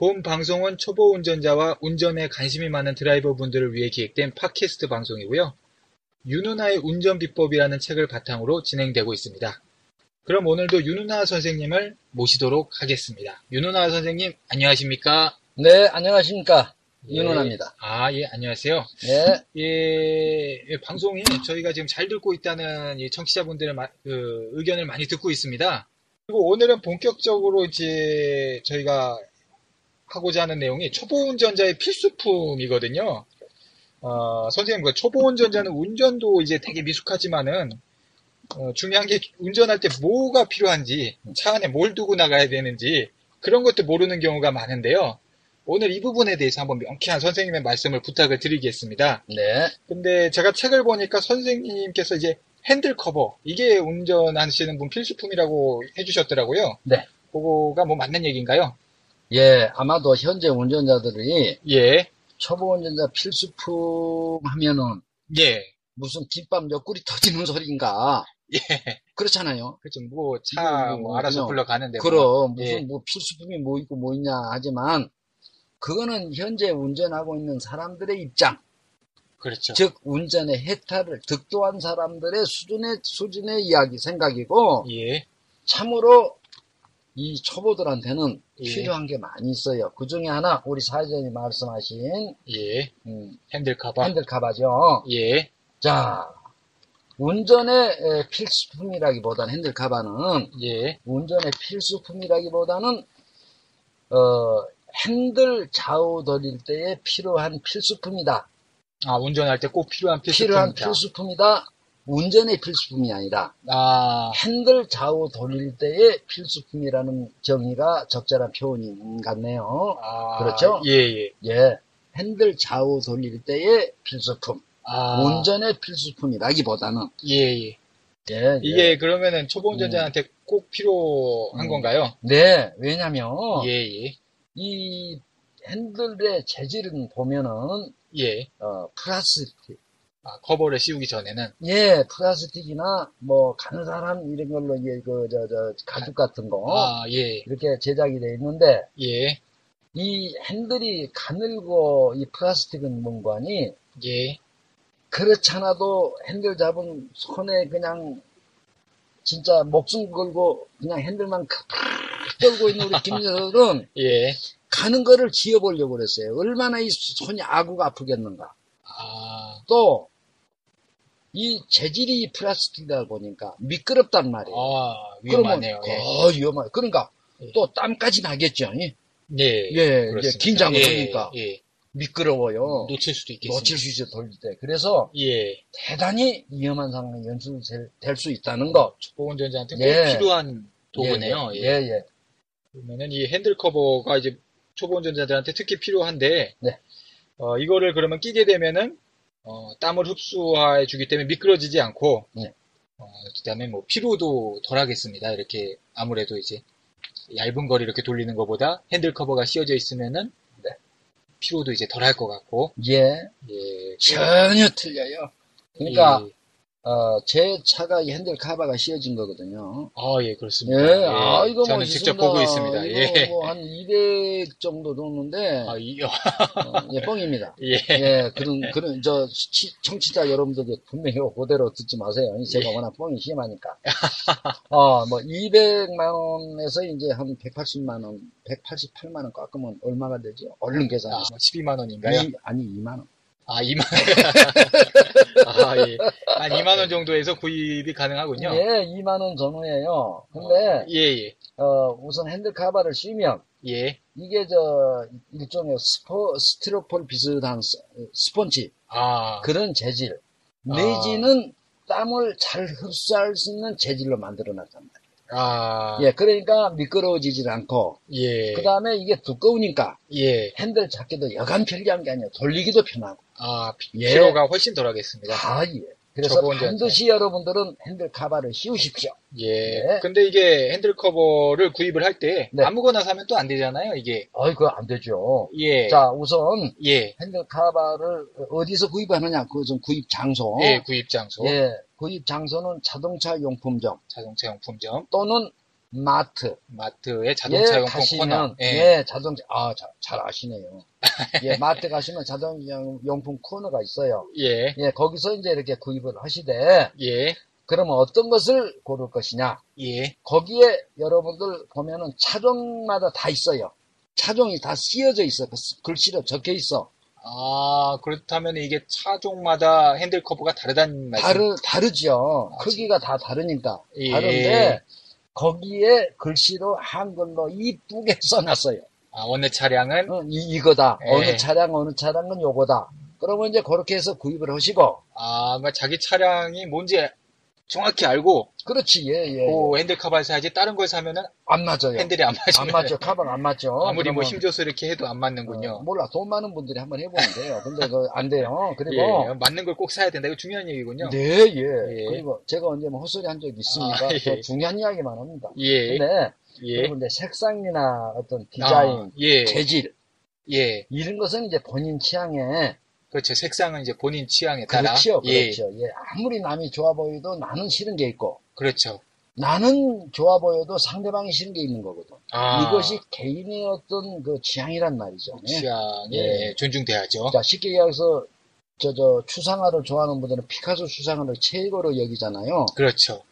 본 방송은 초보 운전자와 운전에 관심이 많은 드라이버 분들을 위해 기획된 팟캐스트 방송이고요. 유누나의 운전 비법이라는 책을 바탕으로 진행되고 있습니다. 그럼 오늘도 유누나 선생님을 모시도록 하겠습니다. 유누나 선생님, 안녕하십니까? 네, 안녕하십니까. 예. 윤은아입니다. 아, 예, 안녕하세요. 네, 예, 예, 방송이 저희가 지금 잘 듣고 있다는 이 청취자분들의 마- 그 의견을 많이 듣고 있습니다. 그리고 오늘은 본격적으로 이제 저희가 하고자 하는 내용이 초보 운전자의 필수품이거든요. 어, 선생님, 그 초보 운전자는 운전도 이제 되게 미숙하지만은 어, 중요한 게 운전할 때 뭐가 필요한지, 차 안에 뭘 두고 나가야 되는지 그런 것도 모르는 경우가 많은데요. 오늘 이 부분에 대해서 한번 명쾌한 선생님의 말씀을 부탁을 드리겠습니다. 네, 근데 제가 책을 보니까 선생님께서 이제 핸들 커버 이게 운전하시는 분 필수품이라고 해주셨더라고요. 네. 그거가 뭐 맞는 얘기인가요? 예, 아마도 현재 운전자들이 예, 초보 운전자 필수품 하면은 예, 무슨 김밥 옆구리 터지는 소리인가. 예. 그렇잖아요. 그렇죠. 뭐 이거, 차 이거, 뭐 알아서 음, 그냥- 굴러가는데. 뭐. 그럼 예. 무슨 뭐 필수품이 뭐 있고 뭐 있냐 하지만 그거는 현재 운전하고 있는 사람들의 입장, 그렇죠. 즉 운전의 해탈을 득도한 사람들의 수준의 수준의 이야기 생각이고 예, 참으로 이 초보들한테는 예. 필요한 게 많이 있어요. 그 중에 하나 우리 사회자님 말씀하신 예, 음, 핸들 커버. 핸들 카바죠. 예, 자, 운전의 에, 필수품이라기보다는 핸들 카바는 예, 운전의 필수품이라기보다는 어, 핸들 좌우 돌릴 때에 필요한 필수품이다. 아 운전할 때 꼭 필요한 필수품. 필요한 필수품이다. 운전의 필수품이 아니라 아, 핸들 좌우 돌릴 때의 필수품이라는 정의가 적절한 표현인 같네요. 아, 그렇죠? 예, 예. 예, 핸들 좌우 돌릴 때의 필수품, 아, 운전의 필수품이라기보다는 예, 예. 예, 예. 이게 그러면은 초보 운전자한테 꼭 필요한 음. 건가요? 네, 왜냐면 예, 예, 이 핸들의 재질은 보면은 예. 어, 플라스틱, 아, 커버를 씌우기 전에는 예, 플라스틱이나 뭐 간사람 이런 걸로 이게 그저저 가죽 같은 거 아, 예, 이렇게 제작이 돼 있는데 예, 이 핸들이 가늘고 이 플라스틱은 뭔가니 예, 그렇잖아도 핸들 잡은 손에 그냥 진짜 목숨 걸고 그냥 핸들만 팍 떨고 있는 우리 김여사들은 예. 가는 거를 지어보려고 그랬어요. 얼마나 이 손이 아구가 아프겠는가. 아, 또, 이 재질이 플라스틱이다 보니까 미끄럽단 말이에요. 아, 위험하네요. 그러면, 예, 어, 위험해. 그러니까 예. 또 땀까지 나겠죠. 예, 예, 예, 그렇습니다. 긴장을 예, 하니까 예, 미끄러워요. 놓칠 수도 있겠습니다. 놓칠 수 있어 돌릴 때. 그래서 예, 대단히 위험한 상황이 연출될 수 있다는 것. 초보 운전자한테 꼭 예. 필요한 도구네요. 예, 예, 예. 예. 그러면은 이 핸들 커버가 이제 초보 운전자들한테 특히 필요한데, 네. 어, 이거를 그러면 끼게 되면은 어, 땀을 흡수해 주기 때문에 미끄러지지 않고, 네. 어, 그다음에 뭐 피로도 덜하겠습니다. 이렇게 아무래도 이제 얇은 거리 이렇게 돌리는 것보다 핸들 커버가 씌워져 있으면은 네. 피로도 이제 덜할 것 같고, 예. 예, 전혀 틀려요. 그러니까 예. 어, 제 차가 이 핸들 카바가 씌워진 거거든요. 아, 예, 예, 그렇습니다. 예. 아 이거 저는 뭐 직접 있습니다. 보고 있습니다. 이거 예. 뭐한 200 정도 줬는데 아, 이, 어, 예, 뻥입니다. 예. 예, 그런 그런 저 시- 청취자 여러분들 분명히 이거 그대로 듣지 마세요. 제가 예. 워낙 뻥이 심하니까. 어, 뭐 200만 원에서 이제 한 180만 원, 188만 원 깎으면 얼마가 되죠? 얼른 아, 계산하세요. 12만 원인가요? 이- 아니 2만 원. 아, 2만 아, 예. 한 2만 원 정도에서 구입이 가능하군요. 예, 2만 원 전후예요. 근데 예, 예. 어, 우선 핸들 카바를 씌면 예. 이게 저 일종의 스포 스티로폼 비슷한 스- 스펀지 아, 그런 재질 내지는 땀을 잘 흡수할 수 있는 재질로 만들어 놨답니다. 아, 예, 그러니까 미끄러워지질 않고 예. 그 다음에 이게 두꺼우니까 예. 핸들 잡기도 여간 편리한 게 아니에요. 돌리기도 편하고. 아, 피- 예. 피로가 훨씬 덜하겠습니다. 아, 예. 그래서 저거 이제- 네. 반드시 여러분들은 핸들 카바를 씌우십시오. 예. 네. 근데 이게 핸들 커버를 구입을 할 때 네. 아무거나 사면 또 안 되잖아요, 이게. 어이, 그거 안 되죠. 예. 자, 우선 예. 핸들 카바를 어디서 구입하느냐? 그 좀 구입 장소. 예, 구입 장소, 예, 구입 장소는 자동차 용품점 자동차 용품점, 또는 마트. 마트의 예, 자동차 용품 코너. 가시면 예. 예, 자동차 아, 자- 잘 아시네요. 예, 마트 가시면 자동차 용품 코너가 있어요. 예. 예, 거기서 이제 이렇게 구입을 하시되 예. 그러면 어떤 것을 고를 것이냐? 예. 거기에 여러분들 보면은 차종마다 다 있어요. 차종이 다 쓰여져 있어. 그 쓰- 글씨로 적혀 있어. 아, 그렇다면 이게 차종마다 핸들 커버가 다르다는 말씀. 다르, 다르죠. 아, 크기가 다 다르니까. 예. 다른데, 거기에 글씨로 한글로 이쁘게 써놨어요. 아, 어느 차량은 어, 이, 거다 예. 어느 차량, 어느 차량은 요거다. 그러면 이제 그렇게 해서 구입을 하시고. 아, 그러니까 자기 차량이 뭔지 정확히 알고 그렇지, 예, 예. 그 핸들 커버를 사야지 다른 걸 사면은 안 맞아요. 핸들이 안 맞아요. 네. 안 맞죠. 카방 안 맞죠. 아무리 뭐 그러면- 힘줘서 이렇게 해도 안 맞는군요. 어, 몰라. 돈 많은 분들이 한번 해보면 돼요. 근데 그거 안 돼요. 어. 그리고 예, 맞는 걸 꼭 사야 된다. 이거 중요한 얘기군요. 네, 예. 예. 그리고 제가 언제 뭐 헛소리 한 적이 있으니까 아, 예. 더 중요한 이야기만 합니다. 예, 근데 예. 네. 그리고 이제 색상이나 어떤 디자인, 아, 예, 재질 예. 이런 것은 이제 본인 취향에 그렇죠. 색상은 이제 본인 취향에 따라. 그렇죠, 예, 그렇죠. 예, 아무리 남이 좋아 보여도 나는 싫은 게 있고 그렇죠. 나는 좋아 보여도 상대방이 싫은 게 있는 거거든. 아, 이것이 개인의 어떤 그 취향이란 말이죠. 예. 취향에 예. 존중돼야죠. 자, 쉽게 얘기해서 저, 저, 추상화를 좋아하는 분들은 피카소 추상화를 최고로 여기잖아요. 그렇죠.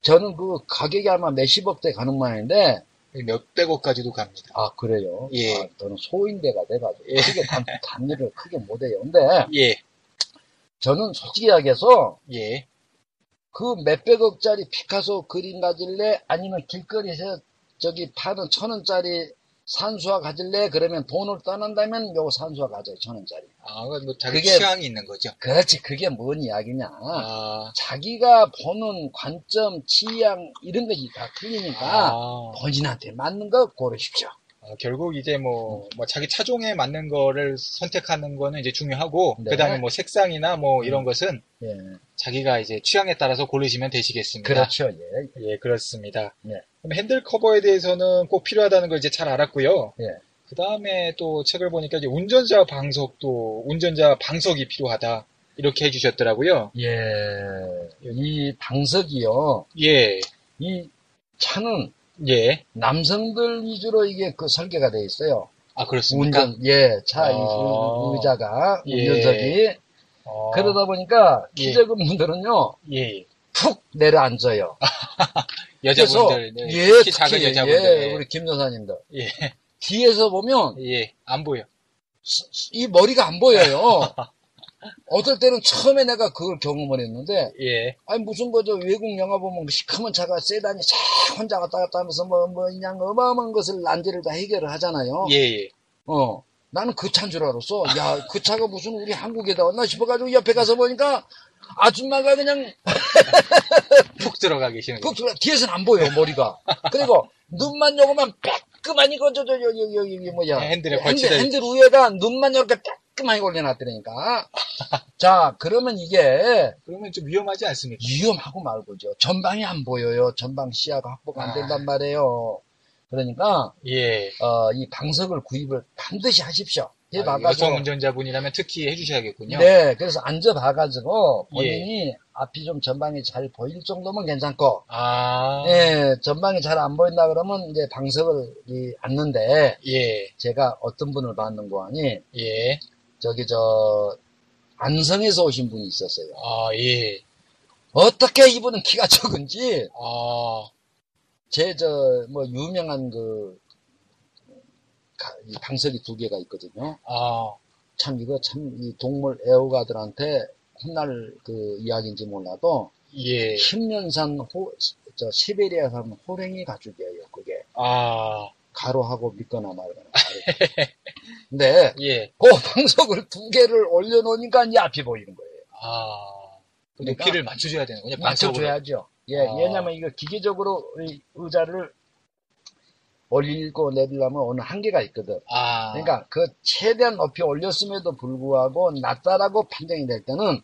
저는 그 가격이 아마 몇십억대 가는 모양인데, 몇백억까지도 갑니다. 아, 그래요? 예. 아, 저는 소인배가 돼가지고, 예. 크게 단, 단일을 크게 못해요. 근데 예, 저는 솔직히 이야기해서 예, 그 몇백억짜리 피카소 그림 가질래? 아니면 길거리에서 저기 파는 천원짜리 산수화 가질래? 그러면 돈을 떠난다면 요거 산수화 가져요, 천원짜리. 아, 뭐 자기 그게- 취향이 있는 거죠. 그렇지, 그게 뭔 이야기냐. 아, 자기가 보는 관점, 취향 이런 것이 다 틀리니까 아. 본인한테 맞는 거 고르십시오. 아, 결국 이제 뭐, 뭐 자기 차종에 맞는 거를 선택하는 거는 이제 중요하고, 네. 그 다음에 뭐 색상이나 뭐 이런 음. 것은 예, 자기가 이제 취향에 따라서 고르시면 되시겠습니다. 그렇죠. 예, 예, 그렇습니다. 네. 그럼 핸들 커버에 대해서는 꼭 필요하다는 걸 이제 잘 알았고요. 예. 그 다음에 또 책을 보니까 이제 운전자 방석도, 운전자 방석이 필요하다. 이렇게 해주셨더라고요. 예. 이 방석이요. 예, 이 차는 예. 남성들 위주로 이게 그 설계가 돼 있어요. 아, 그렇습니까? 운전, 예, 차 이- 아. 의자가 예. 운전석이 어, 그러다 보니까 예. 키 작은 분들은요 예. 푹 내려앉아요. 그래서 여자분들, 네. 예, 특히 특히 작은 예, 여자분들. 우리 김 여사님들 예, 뒤에서 보면 예, 안 보여. 이 머리가 안 보여요. 어떨 때는 처음에 내가 그걸 경험을 했는데, 예, 아니, 무슨 거죠. 외국 영화 보면 그 시커먼 차가 세단이 쫙 혼자 갔다 갔다 하면서 뭐, 뭐, 그냥 어마어마한 것을 난제를 다 해결을 하잖아요. 예, 예. 어. 나는 그 차인 줄 알았어. 야, 그 차가 무슨 우리 한국에다 왔나 싶어가지고 옆에 가서 보니까 아줌마가 그냥 푹 들어가 계시는 그 뒤에서는 안 보여, 머리가. 그리고 눈만 요거만 빼끔하니 그, 저, 저, 여기, 여기, 여기, 여기 뭐야. 네, 핸들에 핸들, 걸치다 핸들 위에가 눈만 요렇게 빼끔하게 올려놨더라니까. 자, 그러면 이게 그러면 좀 위험하지 않습니까? 위험하고 말고죠. 전방이 안 보여요. 전방 시야가 확보가 안 아. 된단 말이에요. 그러니까, 예. 어, 이 방석을 구입을 반드시 하십시오. 해 아, 봐가지고. 여성 운전자분이라면 특히 해주셔야겠군요. 예, 네, 그래서 앉아봐가지고 예. 본인이 앞이 좀 전방이 잘 보일 정도면 괜찮고, 아, 예, 전방이 잘 안 보인다 그러면 이제 방석을 이, 앉는데 예, 제가 어떤 분을 봤는 거 아니 예, 저기 저 안성에서 오신 분이 있었어요. 아, 예, 어떻게 이분은 키가 적은지 아, 제 저 뭐 유명한 그 가- 이 방석이 두 개가 있거든요. 아, 참 이거 참 이 동물 애호가들한테 혼날 그 이야기인지 몰라도 예. 흰면산 호, 저 시베리아산 호랭이 가죽이에요. 그게 아, 가로하고 믿거나 말거나. 가로. 근데 예. 그 방석을 두 개를 올려놓으니까 이 앞이 보이는 거예요. 아. 그 그러니까 높이를 맞춰줘야 되는군요. 반쪽으로. 맞춰줘야죠. 예, 아. 왜냐면 이거 기계적으로 의- 의자를 올리고 내리려면 어느 한계가 있거든. 아. 그러니까 그 최대한 높이 올렸음에도 불구하고 낮다라고 판정이 될 때는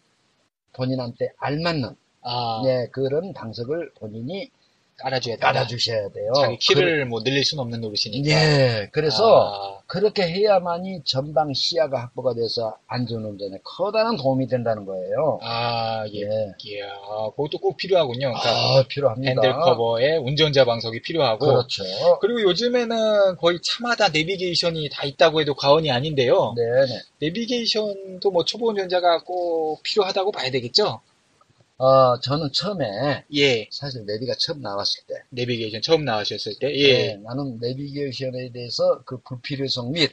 본인한테 알맞는 아. 예, 그런 방석을 본인이 깔아줘야 돼. 깔아주셔야 돼요. 자기 키를 뭐 늘릴 순 없는 노릇이니까. 그, 어, 예, 그래서 아. 그렇게 해야만이 전방 시야가 확보가 돼서 안전운전에 커다란 도움이 된다는 거예요. 아, 예. 예. 이야, 그것도 꼭 필요하군요. 그러니까 아, 필요합니다. 핸들 커버에 운전자 방석이 필요하고. 그렇죠. 그리고 요즘에는 거의 차마다 내비게이션이 다 있다고 해도 과언이 아닌데요. 네네. 내비게이션도 뭐 초보 운전자가 꼭 필요하다고 봐야 되겠죠? 어, 저는 처음에 예. 사실 내비가 처음 나왔을 때 내비게이션 처음 나오셨을 때. 예. 네, 나는 내비게이션에 대해서 그 불필요성 및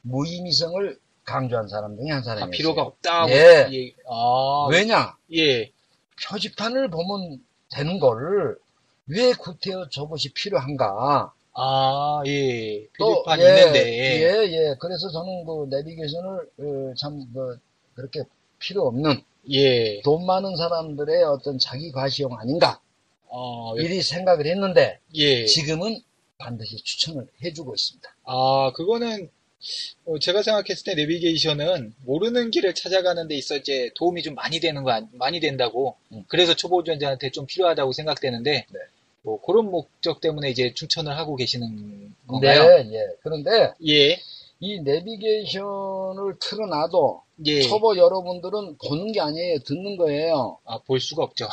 무의미성을 강조한 사람 중에 한 아, 사람이었어요. 필요가 없다고. 예. 예. 아, 왜냐? 예. 표지판을 보면 되는 거를 왜 구태여 저것이 필요한가? 아, 예. 또, 표지판 예, 있는데. 예, 예. 예. 그래서 저는 그 내비게이션을 어, 참 그, 그렇게 필요 없는 예. 돈 많은 사람들의 어떤 자기 과시용 아닌가? 어, 이리 생각을 했는데 예. 지금은 반드시 추천을 해주고 있습니다. 아, 그거는 어, 제가 생각했을 때 내비게이션은 모르는 길을 찾아가는 데 있어 이제 도움이 좀 많이 되는 거 아니- 많이 된다고 음. 그래서 초보 운전자한테 좀 필요하다고 생각되는데 네. 뭐 그런 목적 때문에 이제 추천을 하고 계시는 건가요? 네, 예. 그런데 예, 이 내비게이션을 틀어놔도 예. 초보 여러분들은 보는 게 아니에요. 듣는 거예요. 아, 볼 수가 없죠.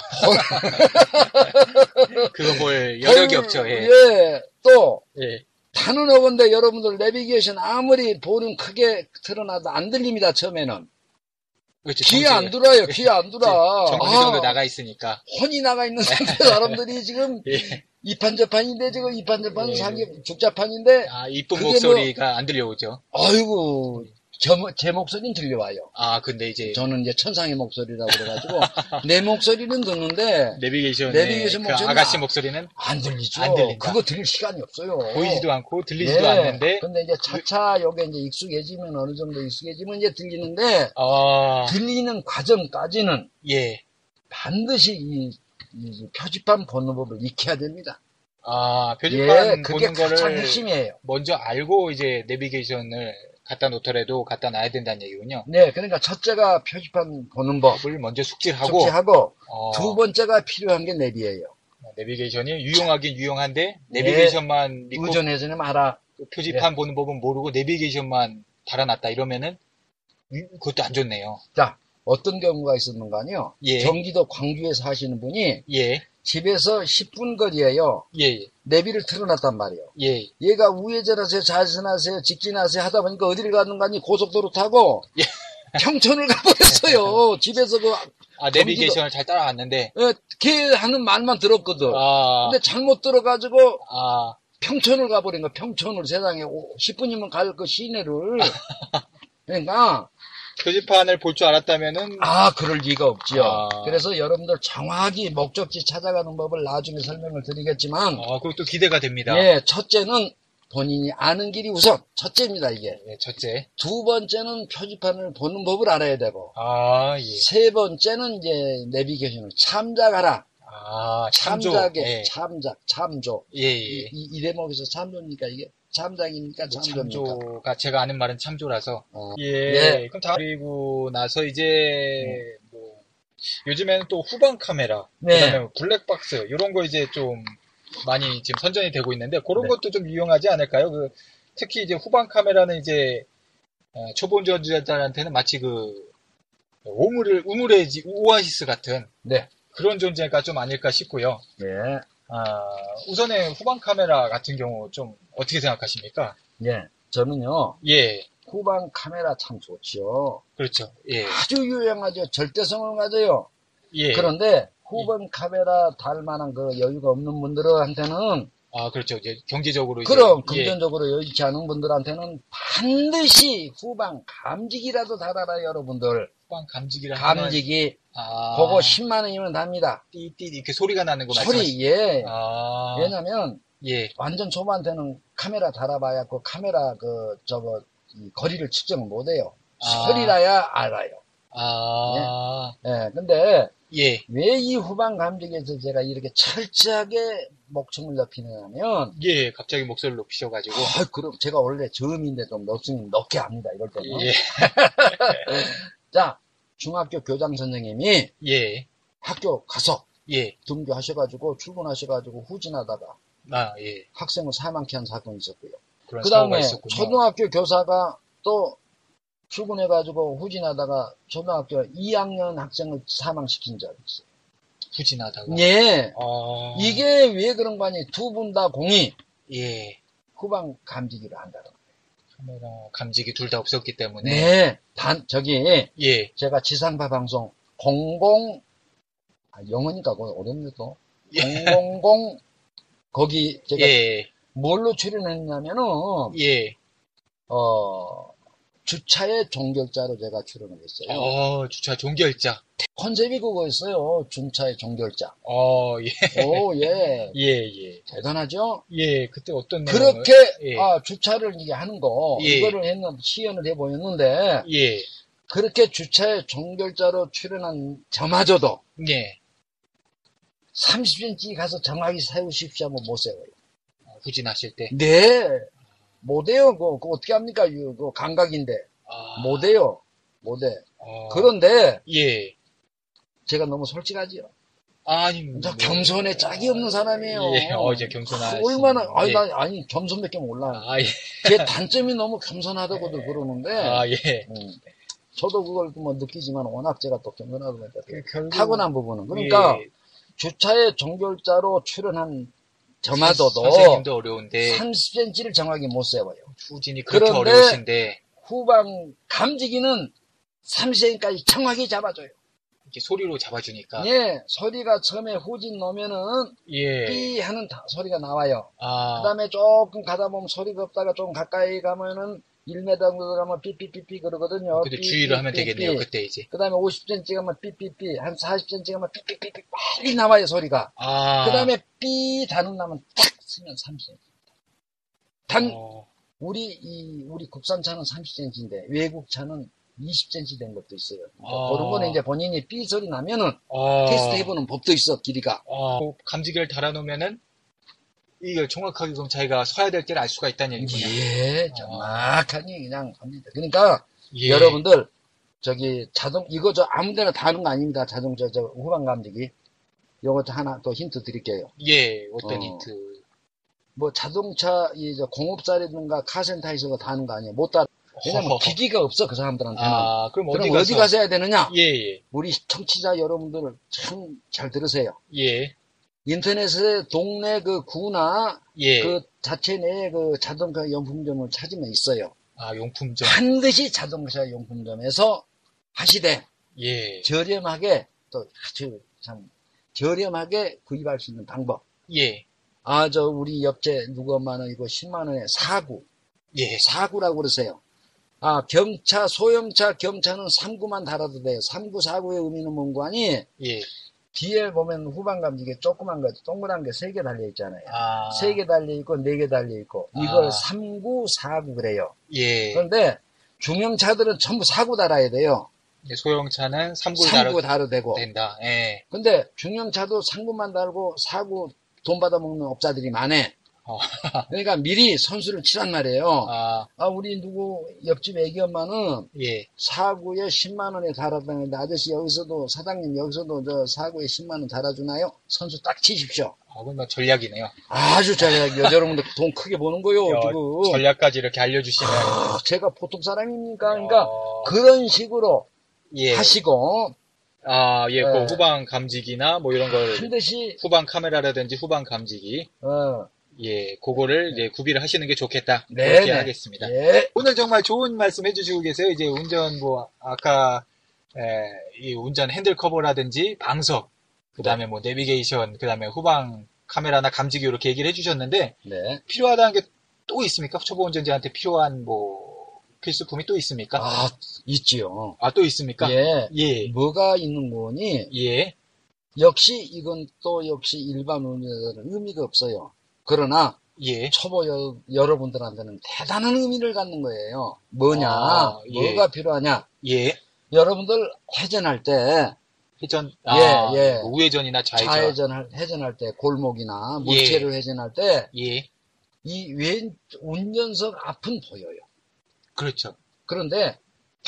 그거 볼 여력이 볼- 없죠. 예, 예. 또 예. 다른 어건데 여러분들 내비게이션 아무리 보는 크게 틀어놔도 안 들립니다. 처음에는. 그렇죠. 귀에 정지- 안 들어요. 귀에 안 들어. 네, 정지 정도 아, 나가 네. 있으니까. 혼이 나가 있는 상태 사람들이 지금 예. 이판저판인데 지금 이판저판 예. 자기 죽자판인데 아, 이쁜 그게 뭐- 목소리가 안 들려오죠. 아이고 저, 제 목소리는 들려와요. 아, 근데 이제 저는 이제 천상의 목소리라고 그래가지고 내 목소리는 듣는데 내비게이션의 내비게이션 그 목소리는 아가씨 아- 목소리는 안 들리죠. 안 들린다. 그거 들을 시간이 없어요. 보이지도 않고 들리지도 예. 않는데 근데 이제 차차 여기 이제 익숙해지면 어느 정도 익숙해지면 이제 들리는데 아, 들리는 과정까지는 예. 반드시 이, 이 표지판 보는 법을 익혀야 됩니다. 아, 표지판 예, 그게 보는 가장 거를 핵심이에요. 먼저 알고 이제 내비게이션을 갖다 놓더라도 갖다 놔야 된다는 얘기군요. 네, 그러니까 첫째가 표지판 보는 법, 법을 먼저 숙지를 하고 숙지하고 어, 두 번째가 필요한 게 내비예요. 내비게이션이 유용하긴 유용한데 내비게이션만 믿고 예. 의존해서는 알아. 그 표지판 예. 보는 법은 모르고 내비게이션만 달아놨다 이러면은 음, 그것도 안 좋네요. 자, 어떤 경우가 있었는가요? 예. 경기도 광주에 사시는 분이 예, 집에서 10분 거리에요. 예, 내비를 틀어놨단 말이에요. 예, 얘가 우회전하세요, 좌회전하세요, 직진하세요 하다 보니까 어디를 가는가니 고속도로 타고 예. 평촌을 가버렸어요. 집에서 그, 아 내비게이션을 잘 따라왔는데 어, 걔 하는 말만 들었거든. 아, 근데 잘못 들어가지고 아, 평촌을 가버린 거야. 평촌을 세상에 오- 10분이면 갈 그 시내를. 그러니까, 표지판을 볼 줄 알았다면은 아, 그럴 리가 없지요. 아. 그래서 여러분들 정확히 목적지 찾아가는 법을 나중에 설명을 드리겠지만, 아, 그것도 기대가 됩니다. 예, 첫째는 본인이 아는 길이 우선, 첫째입니다, 이게. 예, 첫째. 두 번째는 표지판을 보는 법을 알아야 되고, 아, 예. 세 번째는 이제 내비게이션을 참작하라. 아, 참조. 참작에 예. 참작, 참조. 예, 예. 이, 이 대목에서 참조입니까 이게 참작입니까 뭐 참조입니까? 참조가 제가 아는 말은 참조라서. 어. 예. 예. 그럼 다 그리고 나서 이제 음. 뭐 요즘에는 또 후방 카메라, 네. 그다음에 뭐 블랙박스 이런 거 이제 좀 많이 지금 선전이 되고 있는데 그런 네. 것도 좀 유용하지 않을까요? 그 특히 이제 후방 카메라는 이제 어, 초보 운전자들한테는 마치 그 오물을 우물의 지- 오아시스 같은 네. 그런 존재가 좀 아닐까 싶고요. 예. 아, 우선에 후방 카메라 같은 경우 좀 어떻게 생각하십니까? 예. 저는요 예, 후방 카메라 참 좋지요. 그렇죠. 예, 아주 유용하죠. 절대성을 가져요. 예. 그런데 후방 카메라 달 만한 그 여유가 없는 분들한테는 아, 그렇죠. 이제 경제적으로 이제 그럼 예, 금전적으로 여의치 않은 분들한테는 반드시 후방 감직이라도 달아라 여러분들. 빵 감지기를 하면 감직이 네, 아, 그거 10만 원이면 답니다. 띠띠 이렇게 소리가 나는 거 말씀하시. 소리 예. 아, 왜냐면 예. 완전 초반때는 카메라 달아봐야 그 카메라 그 저거 이 거리를 측정을 못해요. 아. 소리라야 알아요. 아, 예. 근데 예. 왜 이 후방 감직에서 제가 이렇게 철저하게 목청을 높이느냐면 예, 갑자기 목소리를 높이셔가지고. 아, 그럼 제가 원래 저음인데 좀 넣으면 넣게 합니다. 이럴 때는. 예, 자, 중학교 교장 선생님이 예, 학교 가서 예, 등교하셔가지고 출근하셔가지고 후진하다가 아, 예. 학생을 사망케 한 사건이 있었고요. 그런 그 사고가 다음에 있었군요. 초등학교 교사가 또 출근해가지고 후진하다가 초등학교 2학년 학생을 사망시킨 적이 있어요. 후진하다가. 예. 아, 이게 왜 그런 거 아니? 두 분 다 공이 예. 후방 감지기를 한다는 거예요. 카메라 감지기 둘 다 없었기 때문에. 네. 단, 저기, 예, 제가 지상파 방송 00 아, 영어니까 그건 어렵네 또. 000 거기 제가 예, 뭘로 출연했냐면은 예. 어 주차의 종결자로 제가 출연을 했어요. 어, 주차 종결자. 컨셉이 그거였어요. 주차의 종결자. 어, 예, 오 예. 예, 예. 대단하죠? 예, 그때 어떤 내용을- 그렇게 예. 아, 주차를 이게 하는 거 예. 이거를 했는 시연을 해 보였는데 예, 그렇게 주차의 종결자로 출연한 저마저도 예. 30cm 가서 정확히 세우십시오 하면 못 세워요. 어, 후진하실 때. 네. 못해요. 그거, 그거 어떻게 합니까? 이거 그거 감각인데. 아, 못해요. 못해. 어, 뭐 그런데 예. 제가 너무 솔직하지요. 아니, 저 뭐- 겸손에 짝이 없는 사람이에요. 예, 어, 이제 겸손하시 얼마나, 아니, 예. 난, 아니, 겸손밖에 몰라. 아, 예. 제 단점이 너무 겸손하다고도 그러는데, 아, 예. 음, 저도 그걸 뭐 느끼지만 워낙 제가 또 겸손하다 보니까 그 결국- 타고난 부분은. 그러니까 예. 주차의 종결자로 출연한 저마저도 선생님도 네. 어려운데 30cm를 정확히 못 세워요. 후진이 그렇게 그런데- 어려우신데 후방 감지기는 3cm까지 정확히 잡아줘요. 이렇게 소리로 잡아주니까 예, 소리가 처음에 후진 놓으면은 예. 삐 하는 다- 소리가 나와요. 아, 그다음에 조금 가다 보면 소리가 없다가 좀 가까이 가면은 1m 정도 가면 삐삐삐삐 그러거든요. 근데 삐, 주의를 삐, 하면 삐, 되겠네요. 삐. 그때 이제 그다음에 50cm 가면 삐삐삐, 한 40cm 가면 삐삐삐삐 빨리 나와요 소리가. 아, 그다음에 삐 단음 나면 딱 쓰면 30cm. 단 어, 우리 이 우리 국산차는 30cm인데 외국차는 20cm 된 것도 있어요. 그러니까 아. 그런 거는 이제 본인이 삐 소리 나면은 어, 테스트 해보는 법도 있어 길이가. 어, 감지기를 달아놓으면은 이걸 정확하게 그럼 자기가 서야 될 때를 알 수가 있다는 얘기군요. 예, 정확하니 그냥 합니다. 그러니까 예. 여러분들 저기 자동 이거 저 아무데나 다 하는 거 아닙니다. 자동차 저 후방 감지기. 요거 하나 또 힌트 드릴게요. 예, 어떤 어. 힌트? 뭐 자동차 이저 공업사라든가 카센터에서도 다 하는 거 아니에요. 못 따라. 왜냐면 허허허. 기기가 없어 그 사람들한테는. 아, 그럼 어디 그럼 가서? 어디 가서 해야 되느냐? 예, 예, 우리 청취자 여러분들 참 잘 들으세요. 예, 인터넷에 동네 그 구나 예. 그 자체 내에 그 자동차 용품점을 찾으면 있어요. 아, 용품점. 반드시 자동차 용품점에서 하시되 예, 저렴하게 또 아주 참 저렴하게 구입할 수 있는 방법. 예, 아 저 우리 옆제 누구 엄마는 이거 10만 원에 사구 예. 사구라고 그러세요. 아 경차 소형차 경차는 3구만 달아도 돼요. 3구 4구의 의미는 뭔고 하니 예. 뒤에 보면 후방감지게 조그만 거 동그란 게 세 개 달려 있잖아요. 아, 세 개 달려 있고 네 개 달려 있고 이걸 아. 삼 3구 4구 그래요. 예. 그런데 중형차들은 전부 4구 달아야 돼요. 이제 소형차는 3구를 3구 달아도 달아도 되고. 된다. 예. 근데 중형차도 3구만 달고 4구 돈 받아먹는 업자들이 많해. 어. 그러니까 미리 선수를 치란 말이에요. 아, 아 우리 누구 옆집 애기 엄마는 예. 4구에 10만 원에 달았다는데 아저씨 여기서도 사장님 여기서도 저 4구에 10만 원 달아주나요? 선수 딱 치십시오. 아, 그건 뭐 전략이네요. 아주 잘해요. 여러분들 돈 크게 버는 거요, 야, 지금. 전략까지 이렇게 알려주시면. 아, 제가 보통 사람입니까? 그러니까, 어, 그런 식으로 예. 하시고, 아, 예. 그 예. 후방 감지기나 뭐 이런 걸. 반드시, 후방 카메라라든지 후방 감지기. 어, 예. 그거를 이제 구비를 하시는 게 좋겠다. 네, 그렇게 네. 하겠습니다. 예, 오늘 정말 좋은 말씀 해주시고 계세요. 이제 운전 뭐 아까 예, 에, 이 운전 핸들 커버라든지 방석, 그다음에 뭐 내비게이션, 그다음에 후방 카메라나 감지기 이렇게 얘기를 해주셨는데 네. 필요하다는 게 또 있습니까? 초보 운전자한테 필요한 뭐 필수품이 또 있습니까? 아, 있지요. 아 또 있습니까? 예. 예. 뭐가 있는 거니? 예. 역시 이건 또 역시 일반 운전자들은 의미가 없어요. 그러나 예. 초보 여, 여러분들한테는 대단한 의미를 갖는 거예요. 뭐냐? 아, 예. 뭐가 필요하냐? 예. 여러분들 회전할 때 회전. 예, 예. 뭐 우회전이나 좌회전. 좌회전을 회전할 때 골목이나 물체를 회전할 예. 때 이 왼 운전석 앞은 보여요. 그렇죠. 그런데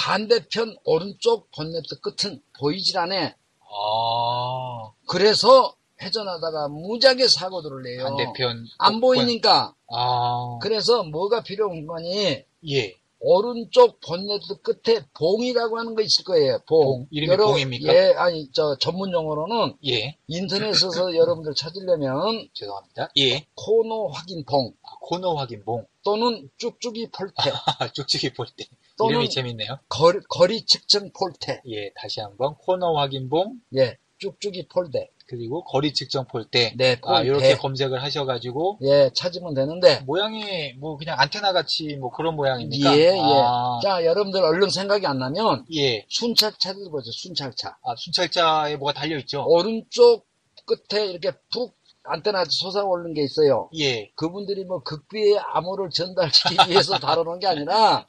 반대편 오른쪽 본네트 끝은 보이질 않아. 어. 아. 그래서 회전하다가 무지하게 사고들을 내요. 반대편. 안 보이니까. 아. 그래서 뭐가 필요한 거니? 예. 오른쪽 본네트 끝에 봉이라고 하는 거 있을 거예요. 봉. 봉. 이름이 봉입니까? 예, 아니 저 전문 용어로는 예. 인터넷에서 여러분들 찾으려면 죄송합니다. 예. 코너 확인 봉 아, 코너 확인봉. 또는 쭉쭉이 폴테 아, 쭉쭉이 볼 때. 또는 이름이 재밌네요. 거리, 거리 측정 폴테 예. 다시 한번 코너 확인봉 예 쭉쭉이 폴대 그리고 거리 측정 볼 때. 네 아, 폴대 이렇게 검색을 하셔가지고 예 찾으면 되는데 모양이 뭐 그냥 안테나 같이 뭐 그런 모양입니까? 예, 예. 아, 자 여러분들 얼른 생각이 안 나면 예. 순찰차를 보죠 순찰차 아, 순찰자에 뭐가 달려 있죠? 오른쪽 끝에 이렇게 푹 안테나 솟아오르는 게 있어요 예. 그분들이 뭐 극비의 암호를 전달시키기 위해서 다뤄놓은 게 아니라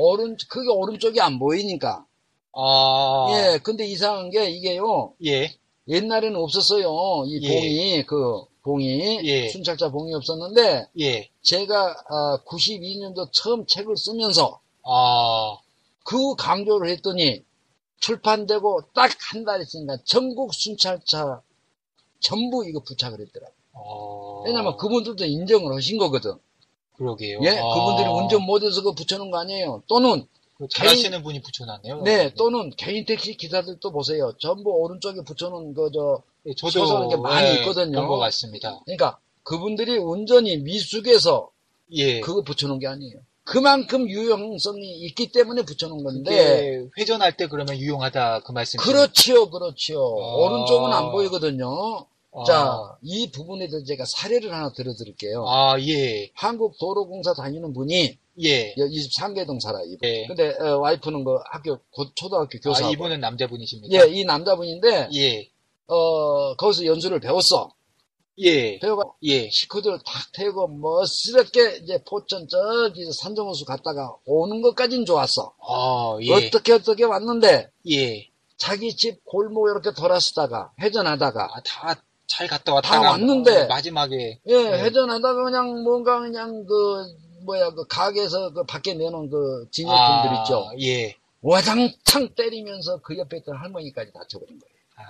오른 그게 오른쪽이 안 보이니까 아. 예 근데 이상한 게 이게요 예. 옛날에는 없었어요 이 예. 봉이 그 봉이 예. 순찰자 봉이 없었는데 예. 제가 아, 92년도 처음 책을 쓰면서 아. 그 강조를 했더니 출판되고 딱 한 달 있으니까 전국 순찰차 전부 이거 부착을 했더라고요. 어. 왜냐면 그분들도 인정을 하신 거거든. 그러게요. 예, 아. 그분들이 운전 못해서 그거 붙여놓은 거 아니에요. 또는, 그 잘하시는 분이 붙여놨네요. 네, 또는 개인 택시 기사들도 보세요. 전부 오른쪽에 붙여놓은 거죠. 예, 저도 소소한 게 많이 예, 있거든요. 본것 같습니다. 그러니까 그분들이 운전이 미숙해서 예. 그거 붙여놓은 게 아니에요. 그만큼 유용성이 있기 때문에 붙여놓은 건데, 근데 회전할 때 그러면 유용하다 그 말씀. 그렇지요, 그렇지요. 아. 오른쪽은 안 보이거든요. 아. 자, 이 부분에 대해서 제가 사례를 하나 들어드릴게요. 아 예. 한국도로공사 다니는 분이 예. 23개동 살아요. 이분. 예. 근데 어, 와이프는 그 학교 고- 초등학교 교사. 아 이분은 남자분이십니까? 예, 이 남자분인데 예. 어 거기서 연수를 배웠어. 예. 배워가 예. 식구들 탁 태우고 멋스럽게 이제 포천 저기 산정호수 갔다가 오는 것까진 좋았어. 아 예. 어떻게 어떻게 왔는데 예. 자기 집 골목 이렇게 돌아서다가 회전하다가 아, 다 잘 갔다 왔다가 그 다 왔는데. 마지막에 예, 네. 회전하다가 그냥 뭔가 그냥 그 뭐야 그 가게에서 그 밖에 내놓은 그 아, 진열품들 있죠. 예. 와장창 때리면서 그 옆에 있던 할머니까지 다쳐버린 거예요. 아.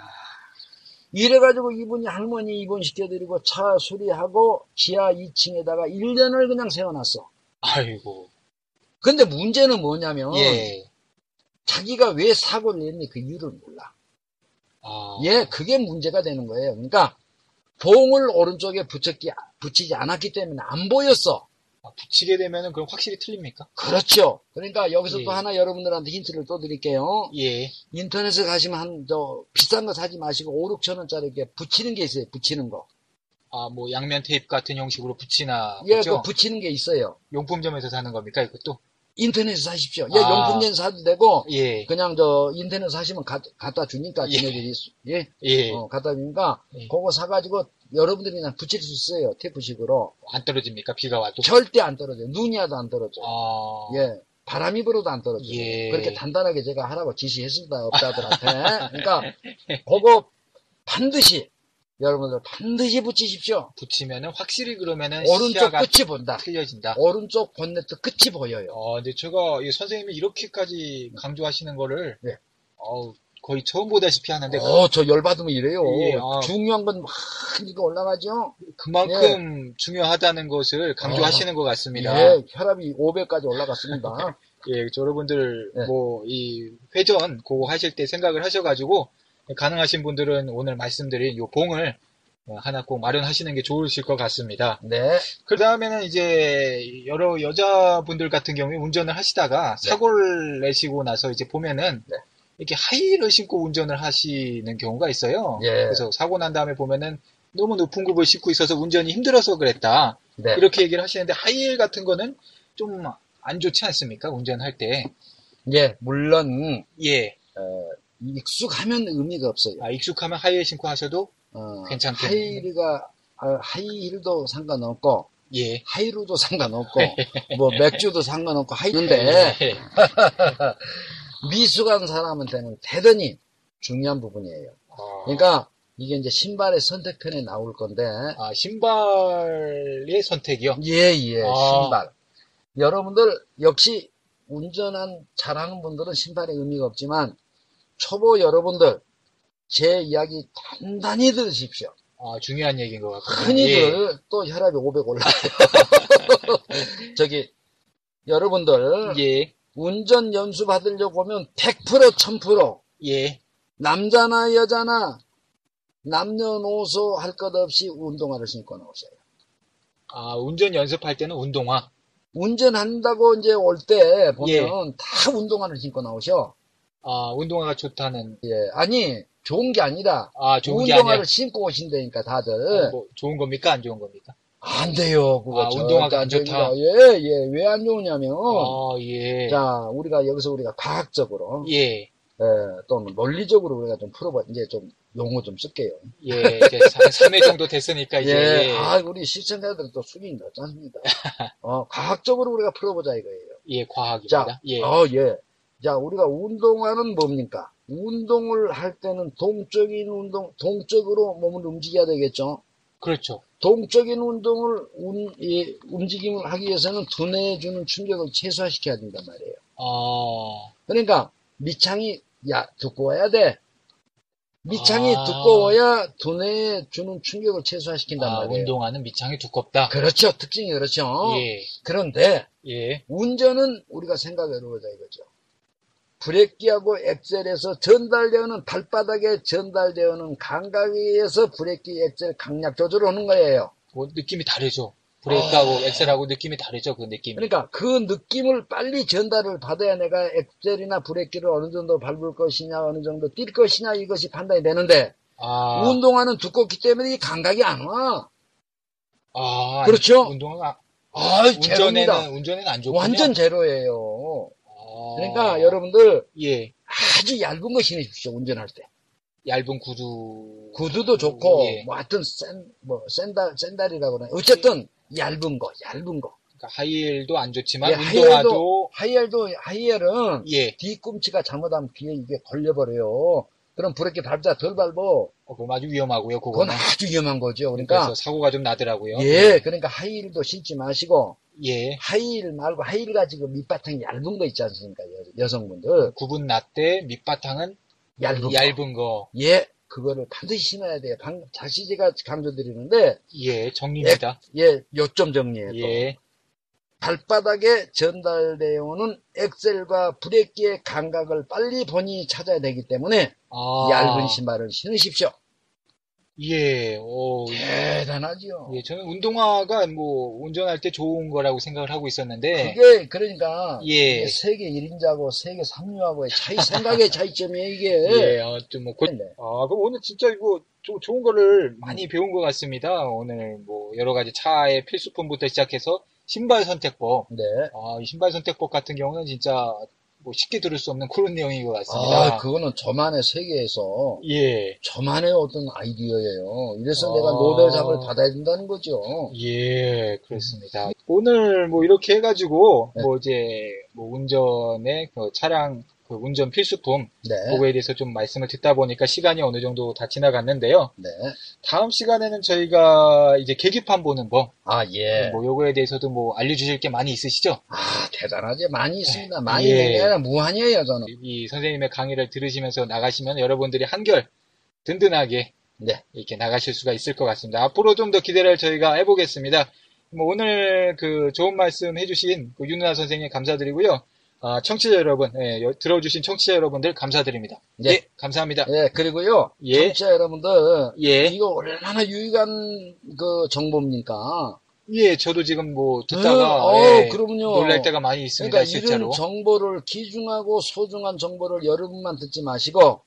이래가지고 이분이 할머니 입원시켜드리고 차 수리하고 지하 2층에다가 1년을 그냥 세워놨어. 아이고. 근데 문제는 뭐냐면 예. 자기가 왜 사고를 냈니 그 이유를 몰라. 아. 예, 그게 문제가 되는 거예요. 그러니까 봉을 오른쪽에 붙였기, 붙이지 않았기 때문에 안 보였어. 아, 붙이게 되면은 그럼 확실히 틀립니까? 그렇죠. 그러니까 여기서 예. 또 하나 여러분들한테 힌트를 또 드릴게요. 예. 인터넷에 가시면 한, 저, 비싼 거 사지 마시고 5, 6천 원짜리 이렇게 붙이는 게 있어요. 붙이는 거. 아, 뭐 양면 테이프 같은 형식으로 붙이나 예, 그죠? 그 붙이는 게 있어요. 용품점에서 사는 겁니까 이것도? 인터넷에서 사십시오. 예, 아. 용품점 사도 되고, 예. 그냥 저, 인터넷 사시면 가- 갖다 주니까, 예. 지네들이, 수- 예, 예. 어, 갖다 주니까, 예. 그거 사가지고, 여러분들이 그냥 붙일 수 있어요. 테이프식으로. 안 떨어집니까? 비가 와도? 절대 안 떨어져요. 눈이 와도 안 떨어져요. 아. 예. 바람이 불어도 안 떨어져요. 예. 그렇게 단단하게 제가 하라고 지시했습니다. 업자들한테. 그러니까, 그거 반드시, 여러분들 반드시 붙이십시오. 붙이면은 확실히 그러면은 오른쪽 시야가 끝이 본다. 틀려진다. 오른쪽 본네트 끝이 보여요. 어, 근데 제가 이 선생님이 이렇게까지 강조하시는 거를 예. 어우, 거의 처음 보다시피 하는데 어, 저 열받으면 이래요. 예, 아. 중요한 건 막 이거 올라가죠? 그만큼 중요하다는 것을 강조하시는 것 같습니다. 예, 혈압이 500까지 올라갔습니다. 예, 저 여러분들 네. 뭐 이 회전 그거 하실 때 생각을 하셔가지고 가능하신 분들은 오늘 말씀드린 요 봉을 어, 하나 꼭 마련하시는 게 좋으실 것 같습니다. 네. 그 다음에는 이제 여러 여자분들 같은 경우에 운전을 하시다가 네. 사고를 내시고 나서 이제 보면은 네. 이렇게 하이힐을 신고 운전을 하시는 경우가 있어요. 예. 그래서 사고 난 다음에 보면은 너무 높은 굽을 싣고 있어서 운전이 힘들어서 그랬다. 네. 이렇게 얘기를 하시는데 하이힐 같은 거는 좀 안 좋지 않습니까? 운전할 때. 예, 물론 예. 어, 익숙하면 의미가 없어요. 아, 익숙하면 하이힐 신고 하셔도 어, 괜찮겠네. 하이힐이가 어, 하이힐도 상관없고 예. 하이루도 상관없고 뭐 맥주도 상관없고 하이인데 예. 미숙한 사람한테는 대단히 중요한 부분이에요. 아, 그러니까 이게 이제 신발의 선택편에 나올 건데 아, 신발의 선택이요. 예예 아. 신발 여러분들 역시 운전한 잘하는 분들은 신발의 의미가 없지만 초보 여러분들 제 이야기 단단히 들으십시오. 아, 중요한 얘기인 것 같아요. 예. 흔히들 또 혈압이 500 올라요. 저기 여러분들 예. 예. 운전 연수 받으려고 하면 100% 1000% 예. 남자나 여자나 남녀노소 할 것 없이 운동화를 신고 나오세요. 아, 운전 연습할 때는 운동화. 운전한다고 이제 올 때 보면 예. 다 운동화를 신고 나오셔. 아, 운동화가 좋다는. 예, 아니 좋은 게 아니라 아, 좋은 게 아니야. 운동화를 네. 신고 오신다니까 다들 아, 뭐 좋은 겁니까? 안 좋은 겁니까? 안 돼요. 그거 아, 절대 운동화가 안 안 좋다. 됩니다. 예, 예, 왜 안 좋으냐면 아, 예. 어. 자, 우리가 여기서 우리가 과학적으로 예. 예, 또는 논리적으로 우리가 좀 풀어봐 이제 좀 용어 좀 쓸게요. 예. 이제 3회 정도 됐으니까 이제. 예, 예. 아 우리 시청자들은 또 수준이 낮지 않습니다. 어, 과학적으로 우리가 풀어보자 이거예요. 예, 과학입니다. 자, 예. 어, 예. 자, 우리가 운동화는 뭡니까? 운동을 할 때는 동적인 운동, 동적으로 몸을 움직여야 되겠죠. 그렇죠. 동적인 운동을 운- 이 움직임을 하기 위해서는 두뇌에 주는 충격을 최소화시켜야 된단 말이에요. 아, 그러니까 밑창이 야 두꺼워야 돼. 밑창이 아. 두꺼워야 두뇌에 주는 충격을 최소화시킨단 아, 말이에요. 운동화는 밑창이 두껍다. 그렇죠. 특징이 그렇죠. 예. 그런데 예. 운전은 우리가 생각해 놓자 이거죠. 브레이크하고 엑셀에서 전달되어는 발바닥에 전달되어는 감각에 의해서 브레이크, 엑셀 강약 조절을 하는 거예요. 뭐 느낌이 다르죠. 브레이크하고 엑셀하고 느낌이 다르죠. 그 느낌이. 아. 그러니까 그 느낌을 빨리 전달을 받아야 내가 엑셀이나 브레이크를 어느 정도 밟을 것이냐, 어느 정도 뛸 것이냐 이것이 판단이 되는데 아, 운동화는 두껍기 때문에 이 감각이 안 와. 아, 그렇죠? 운동화가 아, 제로입니다. 운전에는 운전에는 안 좋고 완전 제로예요. 그러니까 여러분들 예 아주 얇은 거 신으십시오. 운전할 때. 얇은 구두 구두도 좋고 예. 뭐 하여튼 센, 뭐 샌달, 샌달이라고 그러나 어쨌든 얇은 거, 얇은 거. 그러니까 하이힐도 안 좋지만 예, 운동화도 하이엘도 하이엘은 예 뒤꿈치가 잘못하면 뒤에 이게 걸려버려요. 그럼 브레이크 밟자 덜 밟어. 어, 그럼 아주 위험하고요 그건 그거는 아주 위험한 거죠. 그러니까 그래서 사고가 좀 나더라고요 예, 그러니까 하이힐도 신지 마시고 예 하이힐 말고 하이힐 가지고 밑바탕 이 얇은 거 있지 않습니까 여, 성분들 구분 났대 밑바탕은 얇은 거. 얇은 거. 예, 그거를 반드시 신어야 돼요. 방, 다시 제가 강조드리는데 예, 정리입니다. 예, 요점 정리해요. 또. 예, 발바닥에 전달되어 오는 엑셀과 브레이크의 감각을 빨리 본인이 찾아야 되기 때문에 아, 얇은 신발을 신으십시오. 예, 오, 대단하지요. 예, 저는 운동화가 뭐 운전할 때 좋은 거라고 생각을 하고 있었는데, 그게 그러니까 예, 이게 세계 1인자고 세계 3류하고의 차이 생각의 차이점이에요 이게. 네. 예, 어, 좀뭐 고, 아, 그럼 오늘 진짜 이거 조- 좋은 음. 거를 많이 배운 것 같습니다. 오늘 뭐 여러 가지 차의 필수품부터 시작해서 신발 선택법. 네. 아, 이 신발 선택법 같은 경우는 진짜 뭐 쉽게 들을 수 없는 그런 내용인 것 같습니다. 아, 그거는 저만의 세계에서 예, 저만의 어떤 아이디어예요. 이래서 아. 내가 노벨상을 받아야 된다는 거죠. 예, 그렇습니다. 오늘 뭐 이렇게 해가지고 음. 네. 뭐 이제 뭐 운전의 그 차량 그 운전 필수품 네. 그거에 대해서 좀 말씀을 듣다 보니까 시간이 어느 정도 다 지나갔는데요. 네. 다음 시간에는 저희가 이제 계기판 보는 법 아, 예. 뭐 요거에 대해서도 뭐 알려주실 게 많이 있으시죠? 아, 대단하지. 많이 있습니다. 예. 많이 있는 게 아니라 무한이에요, 저는. 이 선생님의 강의를 들으시면서 나가시면 여러분들이 한결 든든하게 네. 이렇게 나가실 수가 있을 것 같습니다. 앞으로 좀 더 기대를 저희가 해보겠습니다. 뭐 오늘 그 좋은 말씀 해주신 그 윤은아 선생님 감사드리고요. 아, 청취자 여러분, 예, 여- 들어주신 청취자 여러분들 감사드립니다. 네. 예, 감사합니다. 예, 그리고요. 예. 청취자 여러분들. 예, 이거 얼마나 유익한 그 정보입니까? 예, 저도 지금 뭐 음, 듣다가 어, 예, 그럼요. 놀랄 때가 많이 있습니다, 그러니까 이런 실제로. 정보를 귀중하고 소중한 정보를 여러분만 듣지 마시고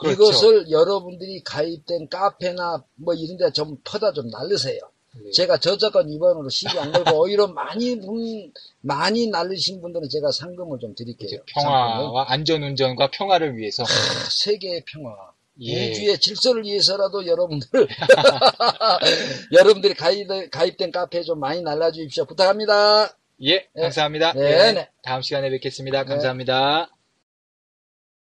그렇죠. 이것을 여러분들이 가입된 카페나 뭐 이런 데 좀 퍼다 좀 날리세요. 네. 제가 저작권 위반으로 시비 안 걸고 오히려 많이 분, 많이 날리신 분들은 제가 상금을 좀 이제 드릴게요. 상금을. 평화와 안전운전과 평화를 위해서 세계의 평화. 예. 우주의 질서를 위해서라도 여러분들 여러분들이 가입, 가입된 카페에 좀 많이 날라주십시오 부탁합니다. 예, 감사합니다. 네, 예, 네. 다음 시간에 뵙겠습니다. 감사합니다.